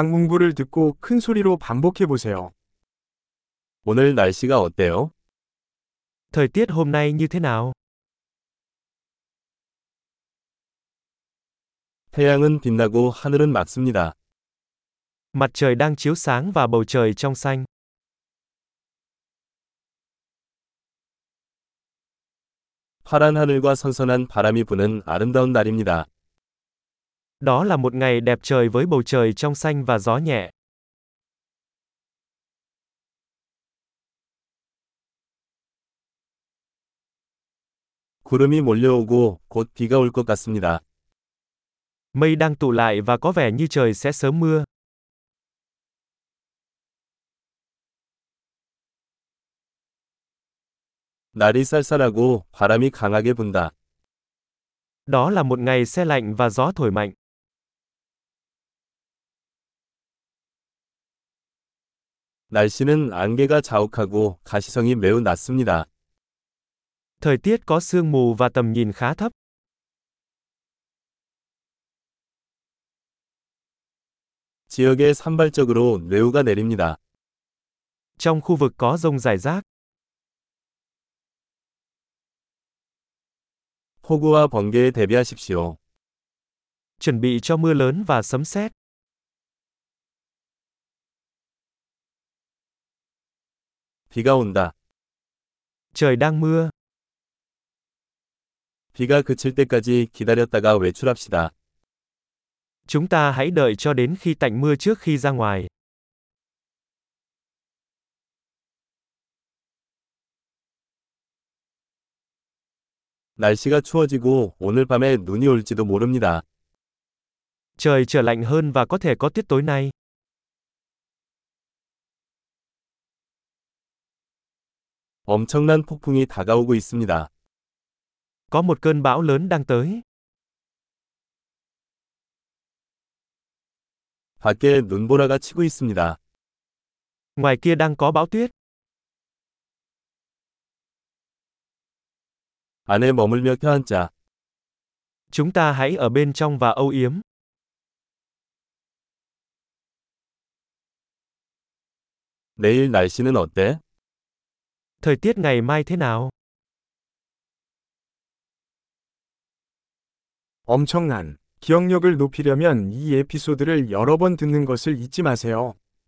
강문부를 듣고 큰 소리로 반복해 보세요. 오늘 날씨가 어때요? Thời tiết hôm nay như thế nào? 태양은 빛나고 하늘은 맑습니다. Mặt trời đang chiếu sáng và bầu trời trong xanh. 파란 하늘과 선선한 바람이 부는 아름다운 날입니다. Đó là một ngày đẹp trời với bầu trời trong xanh và gió nhẹ. 구름이 몰려오고 곧 비가 올 것 같습니다. Mây đang tụ lại và có vẻ như trời sẽ sớm mưa. 날이 쌀쌀하고 바람이 강하게 분다. Đó là một ngày se lạnh và gió thổi mạnh. 날씨는 안개가 자욱하고 가시성이 매우 낮습니다. Thời tiết có sương mù và tầm nhìn khá thấp. 지역에 산발적으로 뇌우가 내립니다. Trong khu vực có rông rải rác, 폭우와 번개에 대비하십시오. chuẩn bị cho mưa lớn và sấm sét. 비가 온다. Trời đang mưa, 비가 그칠 때까지 기다렸다가 외출합시다. chúng ta hãy đợi cho đến khi tạnh mưa trước khi ra ngoài. 날씨가 추워지고 오늘 밤에 눈이 올지도 모릅니다. Trời trở lạnh hơn và có thể có tuyết tối nay. 엄청난 폭풍이 다가오고 있습니다. Có một cơn bão lớn đang tới, 밖에 눈보라가 치고 있습니다. ngoài kia đang có bão tuyết, 안에 머물며 껴앉자. chúng ta hãy ở bên trong và âu yếm. 내일 날씨는 어때? Thời tiết ngày mai thế nào? 엄청난 기억력을 높이려면 이 에피소드를 여러 번 듣는 것을 잊지 마세요.